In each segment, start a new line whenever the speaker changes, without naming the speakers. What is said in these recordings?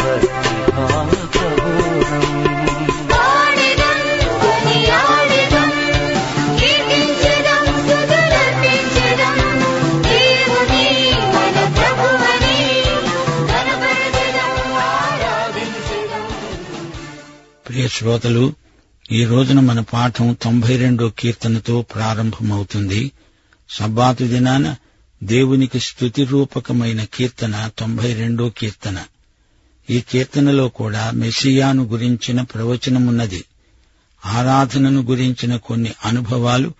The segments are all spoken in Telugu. భక్తిభావబోధం
ప్రియ శ్రోతలు ఈ రోజున మన పాఠం తొంభై రెండో కీర్తనతో ప్రారంభమవుతుంది సబ్బాతు దినాన దేవునికి స్తుతి రూపకమైన కీర్తన తొంభై రెండో కీర్తన ఈ కీర్తనలో కూడా మెస్సియాను గురించిన ప్రవచనమున్నది ఆరాధనను గురించిన కొన్ని అనుభవాలు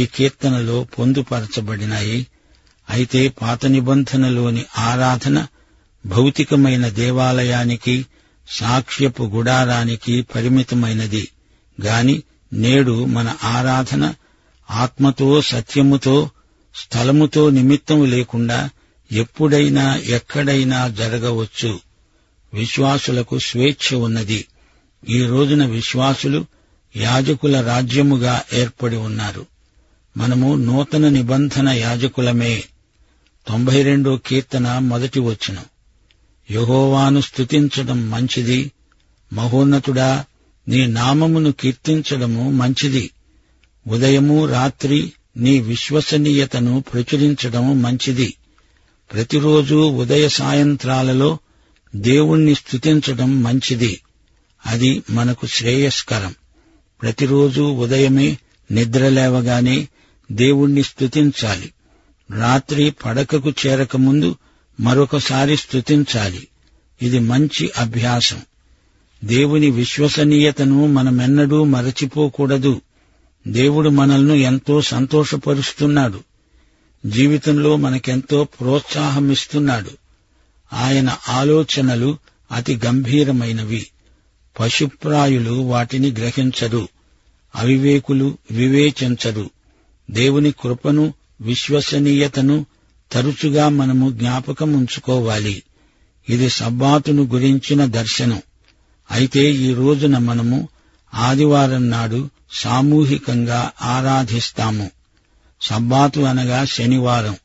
ఈ కీర్తనలో పొందుపరచబడినాయి అయితే పాత నిబంధనలోని ఆరాధన భౌతికమైన దేవాలయానికి సాక్ష్యపు గుడారానికి పరిమితమైనది గాని నేడు మన ఆరాధన ఆత్మతో సత్యముతో స్థలముతో నిమిత్తము లేకుండా ఎప్పుడైనా ఎక్కడైనా జరగవచ్చు విశ్వాసులకు స్వేచ్ఛ ఉన్నది ఈ రోజున విశ్వాసులు యాజకుల రాజ్యముగా ఏర్పడి ఉన్నారు మనము నూతన నిబంధన యాజకులమే తొంభై రెండో కీర్తన మొదటి వచ్చును యెహోవాను స్తుతించడం మంచిది మహోన్నతుడా నీ నామమును కీర్తించడము మంచిది ఉదయము రాత్రి నీ విశ్వసనీయతను ప్రచురించడము మంచిది ప్రతిరోజు ఉదయ సాయంత్రాలలో దేవుణ్ణి స్తుతించడం మంచిది అది మనకు శ్రేయస్కరం ప్రతిరోజు ఉదయమే నిద్రలేవగానే దేవుణ్ణి స్తుతించాలి రాత్రి పడకకు చేరకముందు మరొకసారి స్తుతించాలి ఇది మంచి అభ్యాసం దేవుని విశ్వసనీయతను మనమెన్నడూ మరచిపోకూడదు దేవుడు మనల్ని ఎంతో సంతోషపరుస్తున్నాడు జీవితంలో మనకెంతో ప్రోత్సాహమిస్తున్నాడు ఆయన ఆలోచనలు అతి గంభీరమైనవి పశుప్రాయులు వాటిని గ్రహించరు అవివేకులు వివేచించరు దేవుని కృపను విశ్వసనీయతను తరచుగా మనము జ్ఞాపకం ఉంచుకోవాలి ఇది సబ్బాతును గురించిన దర్శనం అయితే ఈ రోజున మనము ఆదివారం నాడు సామూహికంగా ఆరాధిస్తాము సబ్బాతు అనగా శనివారం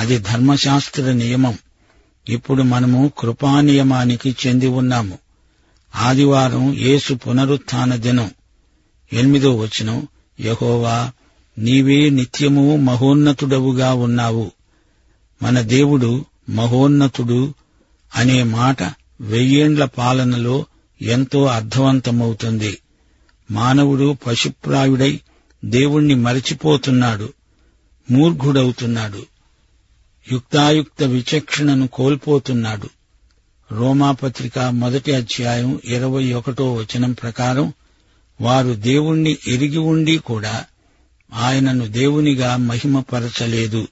అది ధర్మశాస్త్ర నియమం ఇప్పుడు మనము కృపా నియమానికి చెంది ఉన్నాము ఆదివారం యేసు పునరుత్థాన దినం ఎనిమిదో వచనం యహోవా నీవే నిత్యము మహోన్నతుడవుగా ఉన్నావు మన దేవుడు మహోన్నతుడు అనే మాట వెయ్యేండ్ల పాలనలో ఎంతో అర్థవంతమవుతుంది మానవుడు పశుప్రాయుడై దేవుణ్ణి మరచిపోతున్నాడు మూర్ఘుడవుతున్నాడు యుక్తాయుక్త విచక్షణను కోల్పోతున్నాడు రోమాపత్రిక మొదటి అధ్యాయం ఇరవై ఒకటో వచనం ప్రకారం వారు దేవుణ్ణి ఎరిగి ఉండి కూడా ఆయనను దేవునిగా మహిమపరచలేదు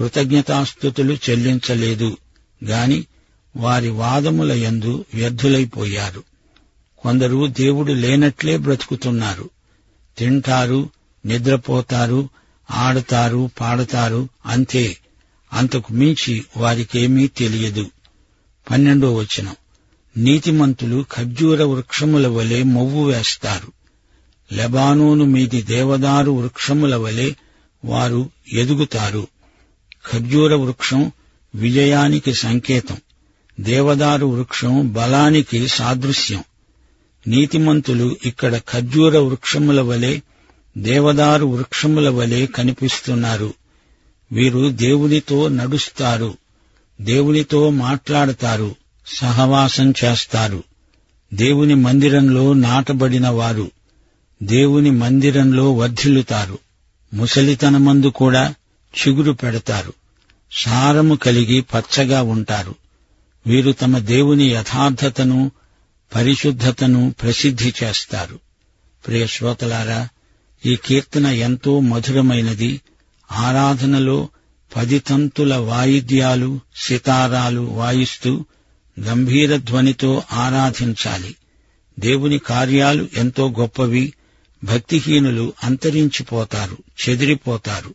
కృతజ్ఞతాస్థుతులు చెల్లించలేదు గాని వారి వాదముల యందు వ్యర్థులైపోయారు కొందరు దేవుడు లేనట్లే బ్రతుకుతున్నారు తింటారు నిద్రపోతారు ఆడతారు పాడతారు అంతే అంతకు మించి వారికేమీ తెలియదు పన్నెండో వచనం నీతిమంతులు ఖర్జూర వృక్షముల వలె మొవ్వు వేస్తారు లెబానోను మీది దేవదారు వృక్షముల వలె వారు ఎదుగుతారు ఖర్జూర వృక్షం విజయానికి సంకేతం దేవదారు వృక్షం బలానికి సాదృశ్యం నీతిమంతులు ఇక్కడ ఖర్జూర వృక్షముల వలె దేవదారు వృక్షముల వలె కనిపిస్తున్నారు వీరు దేవునితో నడుస్తారు దేవునితో మాట్లాడతారు సహవాసం చేస్తారు దేవుని మందిరంలో నాటబడిన వారు దేవుని మందిరంలో వర్ధిల్లుతారు ముసలితనమందు కూడా చిగురు పెడతారు సారము కలిగి పచ్చగా ఉంటారు వీరు తమ దేవుని యథార్థతను పరిశుద్ధతను ప్రసిద్ధి చేస్తారు ప్రియ శ్రోతలారా ఈ కీర్తన ఎంతో మధురమైనది ఆరాధనలో పది తంతుల వాయిద్యాలు సితారాలు వాయిస్తూ గంభీర ధ్వనితో ఆరాధించాలి దేవుని కార్యాలు ఎంతో గొప్పవి భక్తిహీనులు అంతరించిపోతారు చెదిరిపోతారు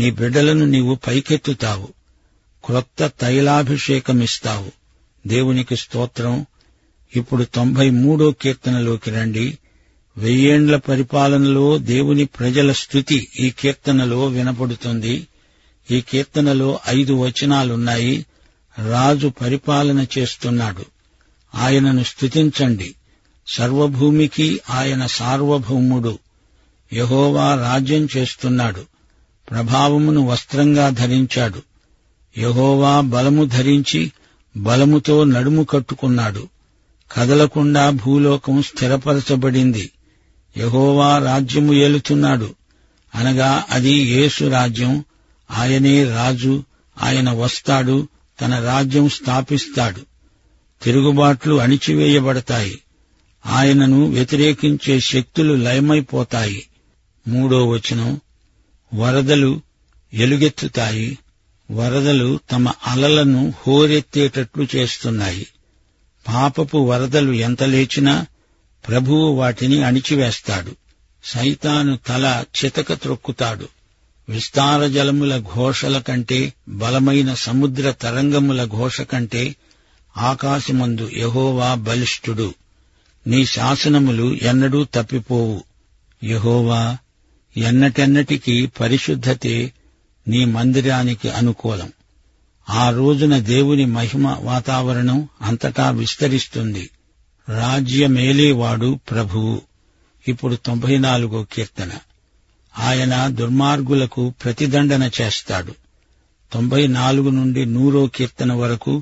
నీ బిడ్డలను నీవు పైకెత్తుతావు క్రొత్త తైలాభిషేకమిస్తావు దేవునికి స్తోత్రం ఇప్పుడు తొంభై మూడో కీర్తనలోకి రండి వెయ్యేండ్ల పరిపాలనలో దేవుని ప్రజల స్థుతి ఈ కీర్తనలో వినపడుతుంది ఈ కీర్తనలో ఐదు వచనాలున్నాయి రాజు పరిపాలన చేస్తున్నాడు ఆయనను స్తుతించండి సర్వభూమికి ఆయన సార్వభౌముడు యహోవా రాజ్యం చేస్తున్నాడు ప్రభావమును వస్త్రంగా ధరించాడు యహోవా బలము ధరించి బలముతో నడుము కట్టుకున్నాడు కదలకుండా భూలోకం స్థిరపరచబడింది యహోవా రాజ్యము ఏలుతున్నాడు అనగా అది యేసు రాజ్యం ఆయనే రాజు ఆయన వస్తాడు తన రాజ్యం స్థాపిస్తాడు తిరుగుబాట్లు అణిచివేయబడతాయి ఆయనను వ్యతిరేకించే శక్తులు లయమైపోతాయి మూడో వచనం వరదలు ఎలుగెత్తుతాయి వరదలు తమ అలలను హోరెత్తేటట్లు చేస్తున్నాయి పాపపు వరదలు ఎంత లేచినా ప్రభువు వాటిని అణిచివేస్తాడు సైతాను తల చితక త్రొక్కుతాడు విస్తార జలముల ఘోషల కంటే బలమైన సముద్ర తరంగముల ఘోష కంటే ఆకాశమందు యహోవా బలిష్ఠుడు నీ శాసనములు ఎన్నడూ తప్పిపోవు యహోవా ఎన్నటెన్నటికీ పరిశుద్ధతే నీ మందిరానికి అనుకూలం ఆ రోజున దేవుని మహిమ వాతావరణం అంతటా విస్తరిస్తుంది రాజ్యమేలేవాడు ప్రభువు ఇప్పుడు తొంభై నాలుగో కీర్తన ఆయన దుర్మార్గులకు ప్రతిదండన చేస్తాడు తొంభై నాలుగు నుండి నూరో కీర్తన వరకు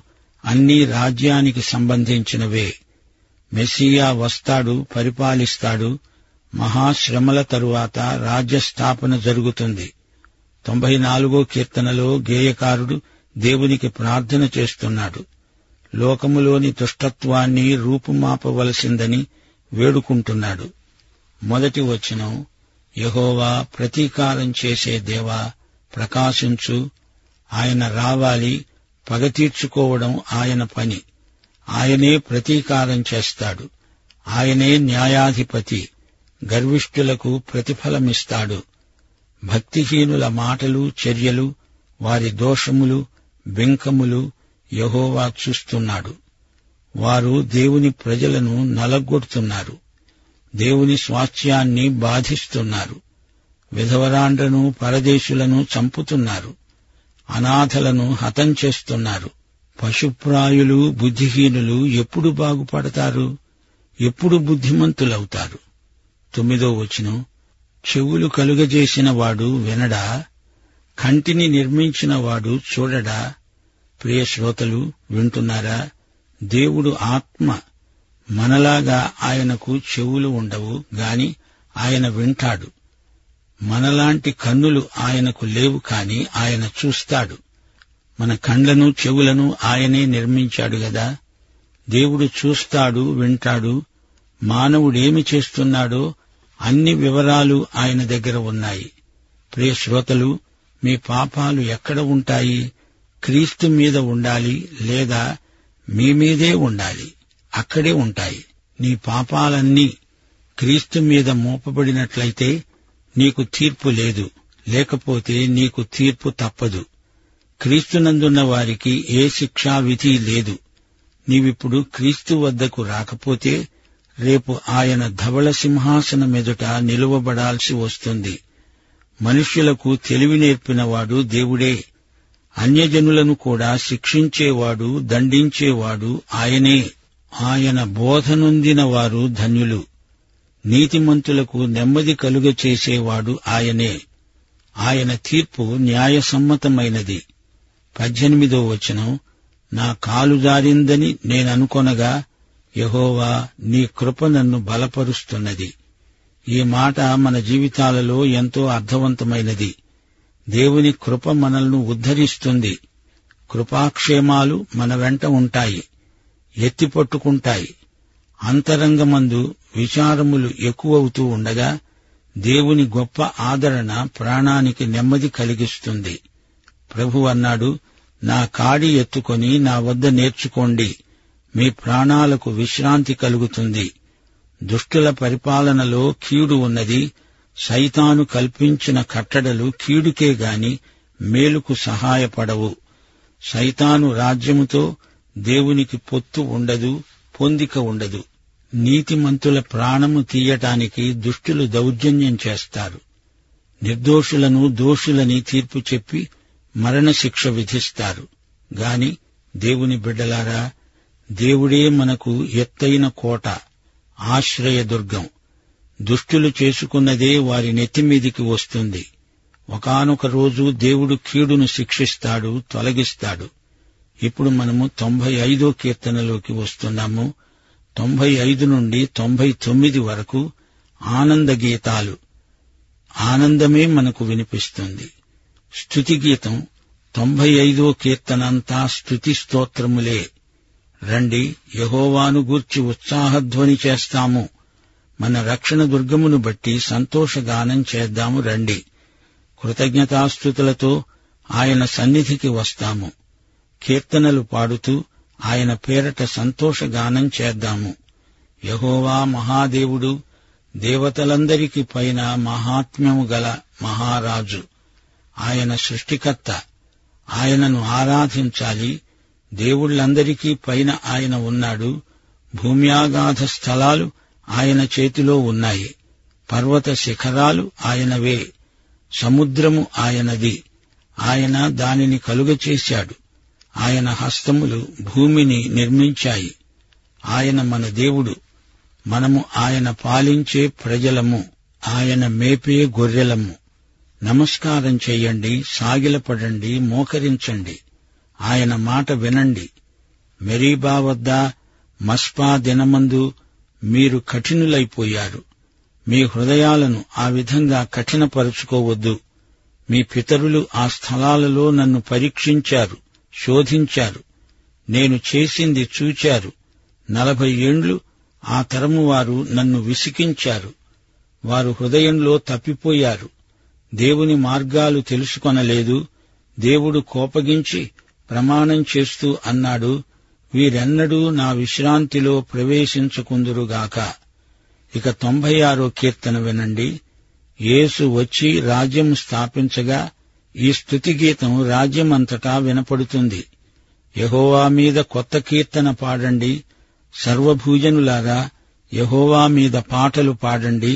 అన్నీ రాజ్యానికి సంబంధించినవే మెస్సియా వస్తాడు పరిపాలిస్తాడు మహాశ్రమల తరువాత రాజ్య స్థాపన జరుగుతుంది తొంభై నాలుగో కీర్తనలో గేయకారుడు దేవునికి ప్రార్థన చేస్తున్నాడు లోకములోని దుష్టత్వాన్ని రూపుమాపవలసిందని వేడుకుంటున్నాడు మొదటి వచనం యహోవా ప్రతీకారం చేసే దేవా ప్రకాశించు ఆయన రావాలి పగ తీర్చుకోవడం ఆయన పని ఆయనే ప్రతీకారం చేస్తాడు ఆయనే న్యాయాధిపతి గర్విష్ఠులకు ప్రతిఫలమిస్తాడు భక్తిహీనుల మాటలు చర్యలు వారి దోషములు బింకములు యహోవా చూస్తున్నాడు వారు దేవుని ప్రజలను నలగొడుతున్నారు దేవుని స్వాస్థ్యాన్ని బాధిస్తున్నారు విధవరాండ్రను పరదేశులను చంపుతున్నారు అనాథలను హతం చేస్తున్నారు పశుప్రాయులు బుద్ధిహీనులు ఎప్పుడు బాగుపడతారు ఎప్పుడు బుద్ధిమంతులవుతారు తొమ్మిదో వచనం చెవులు కలుగజేసిన వాడు వినడా కంటిని నిర్మించిన వాడు చూడడా ప్రియ శ్రోతలు వింటున్నారా దేవుడు ఆత్మ మనలాగా ఆయనకు చెవులు ఉండవు గాని ఆయన వింటాడు మనలాంటి కన్నులు ఆయనకు లేవు కాని ఆయన చూస్తాడు మన కండ్లను చెవులను ఆయనే నిర్మించాడు గదా దేవుడు చూస్తాడు వింటాడు మానవుడేమి చేస్తున్నాడో అన్ని వివరాలు ఆయన దగ్గర ఉన్నాయి ప్రియ శ్రోతలు మీ పాపాలు ఎక్కడ ఉంటాయి క్రీస్తు మీద ఉండాలి లేదా మీ మీదే ఉండాలి అక్కడే ఉంటాయి నీ పాపాలన్నీ క్రీస్తు మీద మోపబడినట్లయితే నీకు తీర్పు లేదు లేకపోతే నీకు తీర్పు తప్పదు క్రీస్తునందున్న వారికి ఏ శిక్షా విధి లేదు నీవిప్పుడు క్రీస్తు వద్దకు రాకపోతే రేపు ఆయన ధవళ సింహాసనం ఎదుట నిలువబడాల్సి వస్తుంది మనుష్యులకు తెలివి నేర్పినవాడు దేవుడే అన్యజనులను కూడా శిక్షించేవాడు దండించేవాడు ఆయనే ఆయన బోధనొందిన వారు ధన్యులు నీతిమంతులకు నెమ్మది కలుగ చేసేవాడు ఆయనే ఆయన తీర్పు న్యాయసమ్మతమైనది పద్దెనిమిదో వచనం నా కాలు జారిందని నేననుకొనగా యహోవా నీ కృప నన్ను బలపరుస్తున్నది ఈ మాట మన జీవితాలలో ఎంతో అర్థవంతమైనది దేవుని కృప మనల్ని ఉద్ధరిస్తుంది కృపాక్షేమాలు మన వెంట ఉంటాయి ఎత్తి పట్టుకుంటాయి అంతరంగమందు విచారములు ఎక్కువవుతూ ఉండగా దేవుని గొప్ప ఆదరణ ప్రాణానికి నెమ్మది కలిగిస్తుంది ప్రభు అన్నాడు నా కాడి ఎత్తుకొని నా వద్ద నేర్చుకోండి మీ ప్రాణాలకు విశ్రాంతి కలుగుతుంది దుష్టుల పరిపాలనలో కీడు ఉన్నది సైతాను కల్పించిన కట్టడలు కీడుకే గాని మేలుకు సహాయపడవు సైతాను రాజ్యముతో దేవునికి పొత్తు ఉండదు పొందిక ఉండదు నీతిమంతుల ప్రాణము తీయటానికి దుష్టులు దౌర్జన్యం చేస్తారు నిర్దోషులను దోషులని తీర్పు చెప్పి మరణశిక్ష విధిస్తారు గాని దేవుని బిడ్డలారా దేవుడే మనకు ఎత్తైన కోట ఆశ్రయదుర్గం దుష్టులు చేసుకున్నదే వారి నెత్తిమీదికి వస్తుంది ఒకానొక రోజు దేవుడు కీడును శిక్షిస్తాడు తొలగిస్తాడు ఇప్పుడు మనము తొంభై ఐదో కీర్తనలోకి వస్తున్నాము తొంభై ఐదు నుండి తొంభై తొమ్మిది వరకు ఆనంద గీతాలు ఆనందమే మనకు వినిపిస్తుంది స్తుతి గీతం తొంభై ఐదో కీర్తనంతా స్తుతి స్తోత్రములే రండి యహోవాను గూర్చి ఉత్సాహధ్వని చేస్తాము మన రక్షణ దుర్గమును బట్టి సంతోషగానం చేద్దాము రండి కృతజ్ఞతాస్థుతులతో ఆయన సన్నిధికి వస్తాము కీర్తనలు పాడుతూ ఆయన పేరట సంతోషగానం చేద్దాము యహోవా మహాదేవుడు దేవతలందరికి పైన మహాత్మ్యము గల మహారాజు ఆయన సృష్టికర్త ఆయనను ఆరాధించాలి దేవుళ్ళందరికీ పైన ఆయన ఉన్నాడు భూమ్యాగాధ స్థలాలు ఆయన చేతిలో ఉన్నాయి పర్వత శిఖరాలు ఆయనవే సముద్రము ఆయనది ఆయన దానిని కలుగచేశాడు ఆయన హస్తములు భూమిని నిర్మించాయి ఆయన మన దేవుడు మనము ఆయన పాలించే ప్రజలము ఆయన మేపే గొర్రెలము నమస్కారం చెయ్యండి సాగిలపడండి మోకరించండి ఆయన మాట వినండి మెరీబా వద్ద మస్పా దినమందు మీరు కఠినులైపోయారు మీ హృదయాలను ఆ విధంగా కఠినపరుచుకోవద్దు మీ పితరులు ఆ స్థలాలలో నన్ను పరీక్షించారు శోధించారు నేను చేసింది చూచారు నలభై ఏండ్లు ఆ తరము వారు నన్ను విసికించారు వారు హృదయంలో తప్పిపోయారు దేవుని మార్గాలు తెలుసుకొనలేదు దేవుడు కోపగించి ప్రమాణం చేస్తూ అన్నాడు వీరెన్నడూ నా విశ్రాంతిలో ప్రవేశించుకుందురుగాక ఇక తొంభై ఆరో కీర్తన వినండి యేసు వచ్చి రాజ్యం స్థాపించగా ఈ స్తుతి గీతం రాజ్యమంతటా వినపడుతుంది యహోవా మీద కొత్త కీర్తన పాడండి సర్వభూజనులారా యహోవా మీద పాటలు పాడండి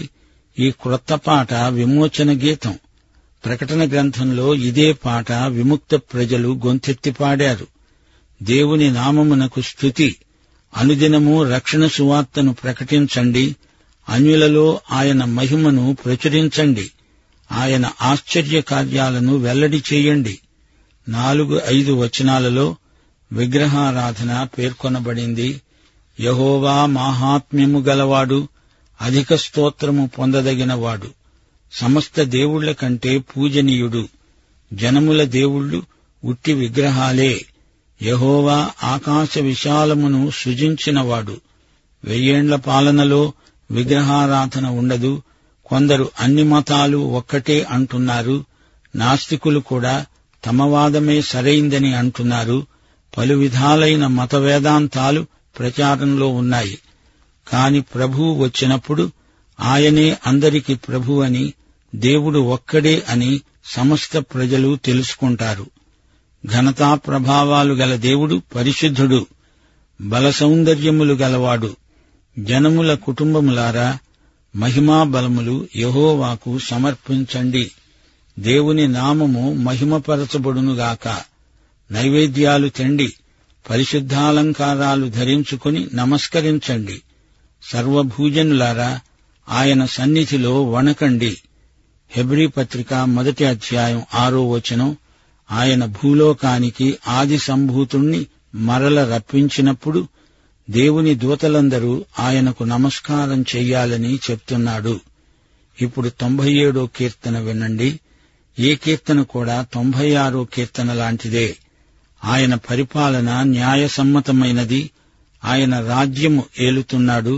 ఈ క్రొత్త పాట విమోచన గీతం ప్రకటన గ్రంథంలో ఇదే పాట విముక్త ప్రజలు గొంతెత్తి పాడారు దేవుని నామమునకు స్థుతి అనుదినము రక్షణ సువార్తను ప్రకటించండి అన్యులలో ఆయన మహిమను ప్రచురించండి ఆయన ఆశ్చర్య కార్యాలను వెల్లడి చేయండి నాలుగు ఐదు వచనాలలో విగ్రహారాధన పేర్కొనబడింది యహోవా మాహాత్మ్యము గలవాడు అధిక స్తోత్రము పొందదగినవాడు సమస్త దేవుళ్ల కంటే పూజనీయుడు జనముల దేవుళ్ళు ఉట్టి విగ్రహాలే యహోవా ఆకాశ విశాలమును సృజించినవాడు వెయ్యేండ్ల పాలనలో విగ్రహారాధన ఉండదు కొందరు అన్ని మతాలు ఒక్కటే అంటున్నారు నాస్తికులు కూడా తమ వాదమే సరైందని అంటున్నారు పలు విధాలైన మత వేదాంతాలు ప్రచారంలో ఉన్నాయి కాని ప్రభువు వచ్చినప్పుడు ఆయనే అందరికీ ప్రభు అని దేవుడు ఒక్కడే అని సమస్త ప్రజలు తెలుసుకుంటారు ఘనతా ప్రభావాలు గల దేవుడు పరిశుద్ధుడు బల సౌందర్యములు గలవాడు జనముల కుటుంబములారా మహిమా బలములు యహోవాకు సమర్పించండి దేవుని నామము మహిమపరచబడునుగాక నైవేద్యాలు తెండి పరిశుద్ధాలంకారాలు ధరించుకుని నమస్కరించండి సర్వభూజనులారా ఆయన సన్నిధిలో వణకండి హెబ్రీ పత్రిక మొదటి అధ్యాయం ఆరో వచనం ఆయన భూలోకానికి ఆది సంభూతుణ్ణి మరల రప్పించినప్పుడు దేవుని దూతలందరూ ఆయనకు నమస్కారం చెయ్యాలని చెప్తున్నాడు ఇప్పుడు తొంభై ఏడో కీర్తన వినండి ఏ కీర్తన కూడా తొంభై ఆరో కీర్తన లాంటిదే ఆయన పరిపాలన న్యాయసమ్మతమైనది ఆయన రాజ్యము ఏలుతున్నాడు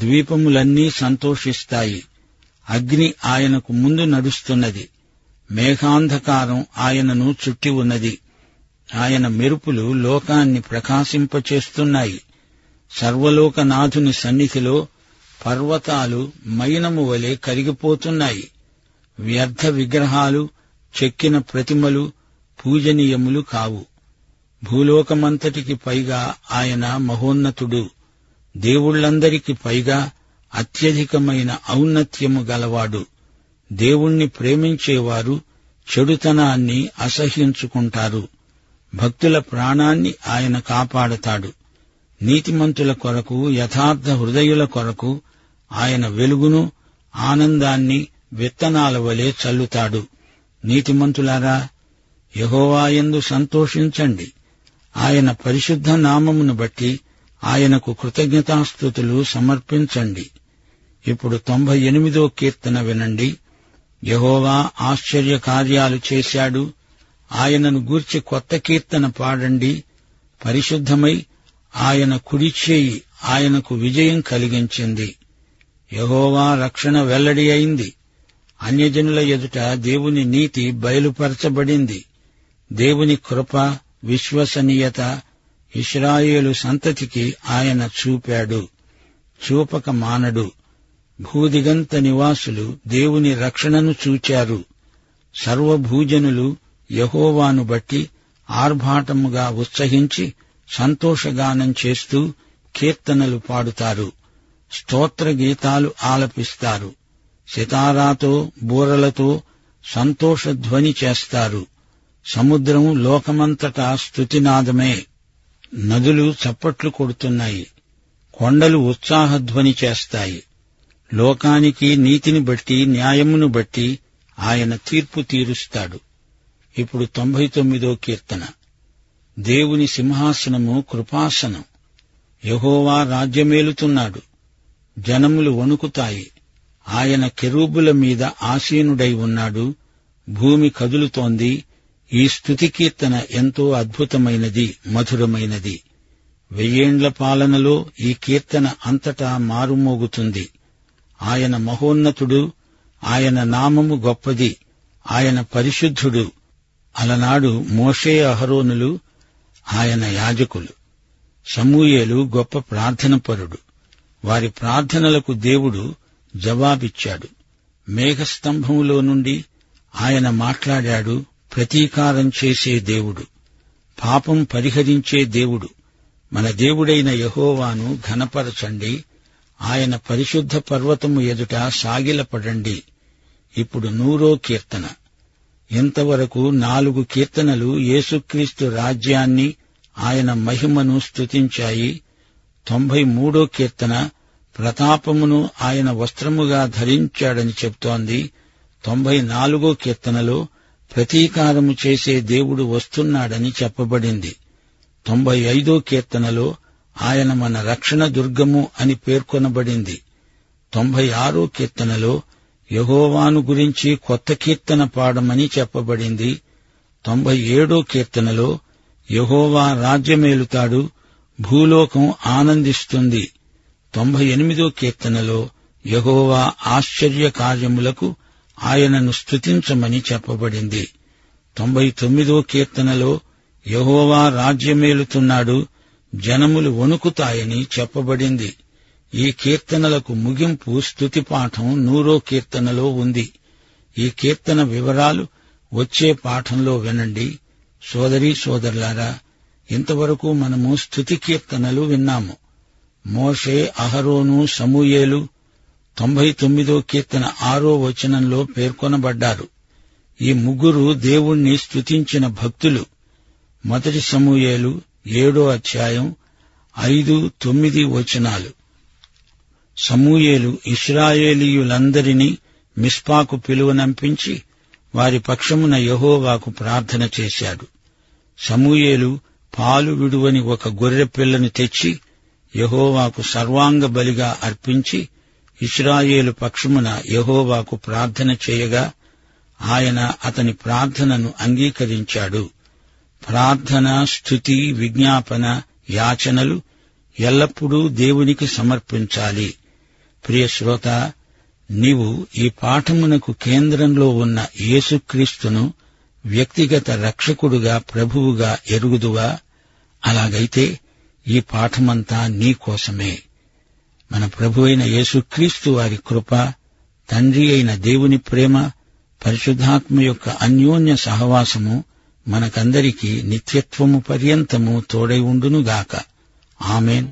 ద్వీపములన్నీ సంతోషిస్తాయి అగ్ని ఆయనకు ముందు నడుస్తున్నది మేఘాంధకారం ఆయనను చుట్టి ఉన్నది ఆయన మెరుపులు లోకాన్ని ప్రకాశింపచేస్తున్నాయి సర్వలోకనాథుని సన్నిధిలో పర్వతాలు మైనము వలె కరిగిపోతున్నాయి వ్యర్థ విగ్రహాలు చెక్కిన ప్రతిమలు పూజనీయములు కావు భూలోకమంతటికి పైగా ఆయన మహోన్నతుడు దేవుళ్ళందరికి పైగా అత్యధికమైన ఔన్నత్యము గలవాడు దేవుణ్ణి ప్రేమించేవారు చెడుతనాన్ని అసహ్యించుకుంటారు భక్తుల ప్రాణాన్ని ఆయన కాపాడతాడు నీతిమంతుల కొరకు యథార్థ హృదయుల కొరకు ఆయన వెలుగును ఆనందాన్ని విత్తనాల వలె చల్లుతాడు నీతిమంతులారా యెహోవాయందు సంతోషించండి ఆయన పరిశుద్ధ నామమును బట్టి ఆయనకు కృతజ్ఞతాస్థుతులు సమర్పించండి ఇప్పుడు తొంభై ఎనిమిదో కీర్తన వినండి యెహోవా ఆశ్చర్య కార్యాలు చేశాడు ఆయనను గూర్చి కొత్త కీర్తన పాడండి పరిశుద్ధమై ఆయన కుడి చేయి ఆయనకు విజయం కలిగించింది యెహోవా రక్షణ వెల్లడి అయింది అన్యజనుల ఎదుట దేవుని నీతి బయలుపరచబడింది దేవుని కృప విశ్వసనీయత ఇస్రాయేలు సంతతికి ఆయన చూపాడు చూపక మానడు భూదిగంత నివాసులు దేవుని రక్షణను చూచారు సర్వభూజనులు యహోవాను బట్టి ఆర్భాటముగా ఉత్సహించి సంతోషగానం చేస్తూ కీర్తనలు పాడుతారు స్తోత్ర గీతాలు ఆలపిస్తారు సితారాతో బూరలతో సంతోషధ్వని చేస్తారు సముద్రం లోకమంతటా స్తుతినాదమే నదులు చప్పట్లు కొడుతున్నాయి కొండలు ఉత్సాహధ్వని చేస్తాయి లోకానికి నీతిని బట్టి న్యాయమును బట్టి ఆయన తీర్పు తీరుస్తాడు ఇప్పుడు తొంభై తొమ్మిదో కీర్తన దేవుని సింహాసనము కృపాసనం యహోవా రాజ్యమేలుతున్నాడు జనములు వణుకుతాయి ఆయన కెరూబుల మీద ఆసీనుడై ఉన్నాడు భూమి కదులుతోంది ఈ స్తుతి కీర్తన ఎంతో అద్భుతమైనది మధురమైనది వెయ్యేండ్ల పాలనలో ఈ కీర్తన అంతటా మారుమోగుతుంది ఆయన మహోన్నతుడు ఆయన నామము గొప్పది ఆయన పరిశుద్ధుడు అలనాడు మోషే అహరోనులు ఆయన యాజకులు సమూయేలు గొప్ప ప్రార్థనపరుడు వారి ప్రార్థనలకు దేవుడు జవాబిచ్చాడు మేఘస్తంభంలో నుండి ఆయన మాట్లాడాడు ప్రతీకారం చేసే దేవుడు పాపం పరిహరించే దేవుడు మన దేవుడైన యహోవాను ఘనపరచండి ఆయన పరిశుద్ధ పర్వతము ఎదుట సాగిలపడండి ఇప్పుడు నూరో కీర్తన ఇంతవరకు నాలుగు కీర్తనలు యేసుక్రీస్తు రాజ్యాన్ని ఆయన మహిమను స్తుతించాయి తొంభై మూడో కీర్తన ప్రతాపమును ఆయన వస్త్రముగా ధరించాడని చెప్తోంది తొంభై నాలుగో కీర్తనలో ప్రతీకారము చేసే దేవుడు వస్తున్నాడని చెప్పబడింది తొంభై ఐదో కీర్తనలో ఆయన మన రక్షణ దుర్గము అని పేర్కొనబడింది తొంభై ఆరో కీర్తనలో యహోవాను గురించి కొత్త కీర్తన పాడమని చెప్పబడింది తొంభై ఏడో కీర్తనలో యహోవా రాజ్యమేలుతాడు భూలోకం ఆనందిస్తుంది తొంభై ఎనిమిదో కీర్తనలో యహోవా ఆశ్చర్య కార్యములకు ఆయనను స్తుతించమని చెప్పబడింది తొంభై తొమ్మిదో కీర్తనలో యహోవా రాజ్యమేలుతున్నాడు జనములు వణుకుతాయని చెప్పబడింది ఈ కీర్తనలకు ముగింపు స్తుతి పాఠం నూరో కీర్తనలో ఉంది ఈ కీర్తన వివరాలు వచ్చే పాఠంలో వినండి సోదరీ సోదరులారా ఇంతవరకు మనము స్తుతి కీర్తనలు విన్నాము మోషే అహరోను సమూయేలు తొంభై తొమ్మిదో కీర్తన ఆరో వచనంలో పేర్కొనబడ్డారు ఈ ముగ్గురు దేవుణ్ణి స్తుతించిన భక్తులు మొదటి సమూయేలు ఏడో అధ్యాయం ఐదు తొమ్మిది వచనాలు సమూయేలు ఇస్రాయేలీయులందరినీ మిస్పాకు పిలువనంపించి వారి పక్షమున యహోవాకు ప్రార్థన చేశాడు సమూయేలు పాలు విడువని ఒక గొర్రె పిల్లను తెచ్చి యహోవాకు సర్వాంగ బలిగా అర్పించి ఇస్రాయేలు పక్షమున యహోవాకు ప్రార్థన చేయగా ఆయన అతని ప్రార్థనను అంగీకరించాడు ప్రార్థన స్థుతి విజ్ఞాపన యాచనలు ఎల్లప్పుడూ దేవునికి సమర్పించాలి ప్రియ శ్రోత నీవు ఈ పాఠమునకు కేంద్రంలో ఉన్న యేసుక్రీస్తును వ్యక్తిగత రక్షకుడుగా ప్రభువుగా ఎరుగుదువా అలాగైతే ఈ పాఠమంతా నీకోసమే మన ప్రభువైన యేసుక్రీస్తు వారి కృప తండ్రి అయిన దేవుని ప్రేమ పరిశుద్ధాత్మ యొక్క అన్యోన్య సహవాసము మనకందరికీ నిత్యత్వము పర్యంతము తోడై ఉండునుగాక ఆమెన్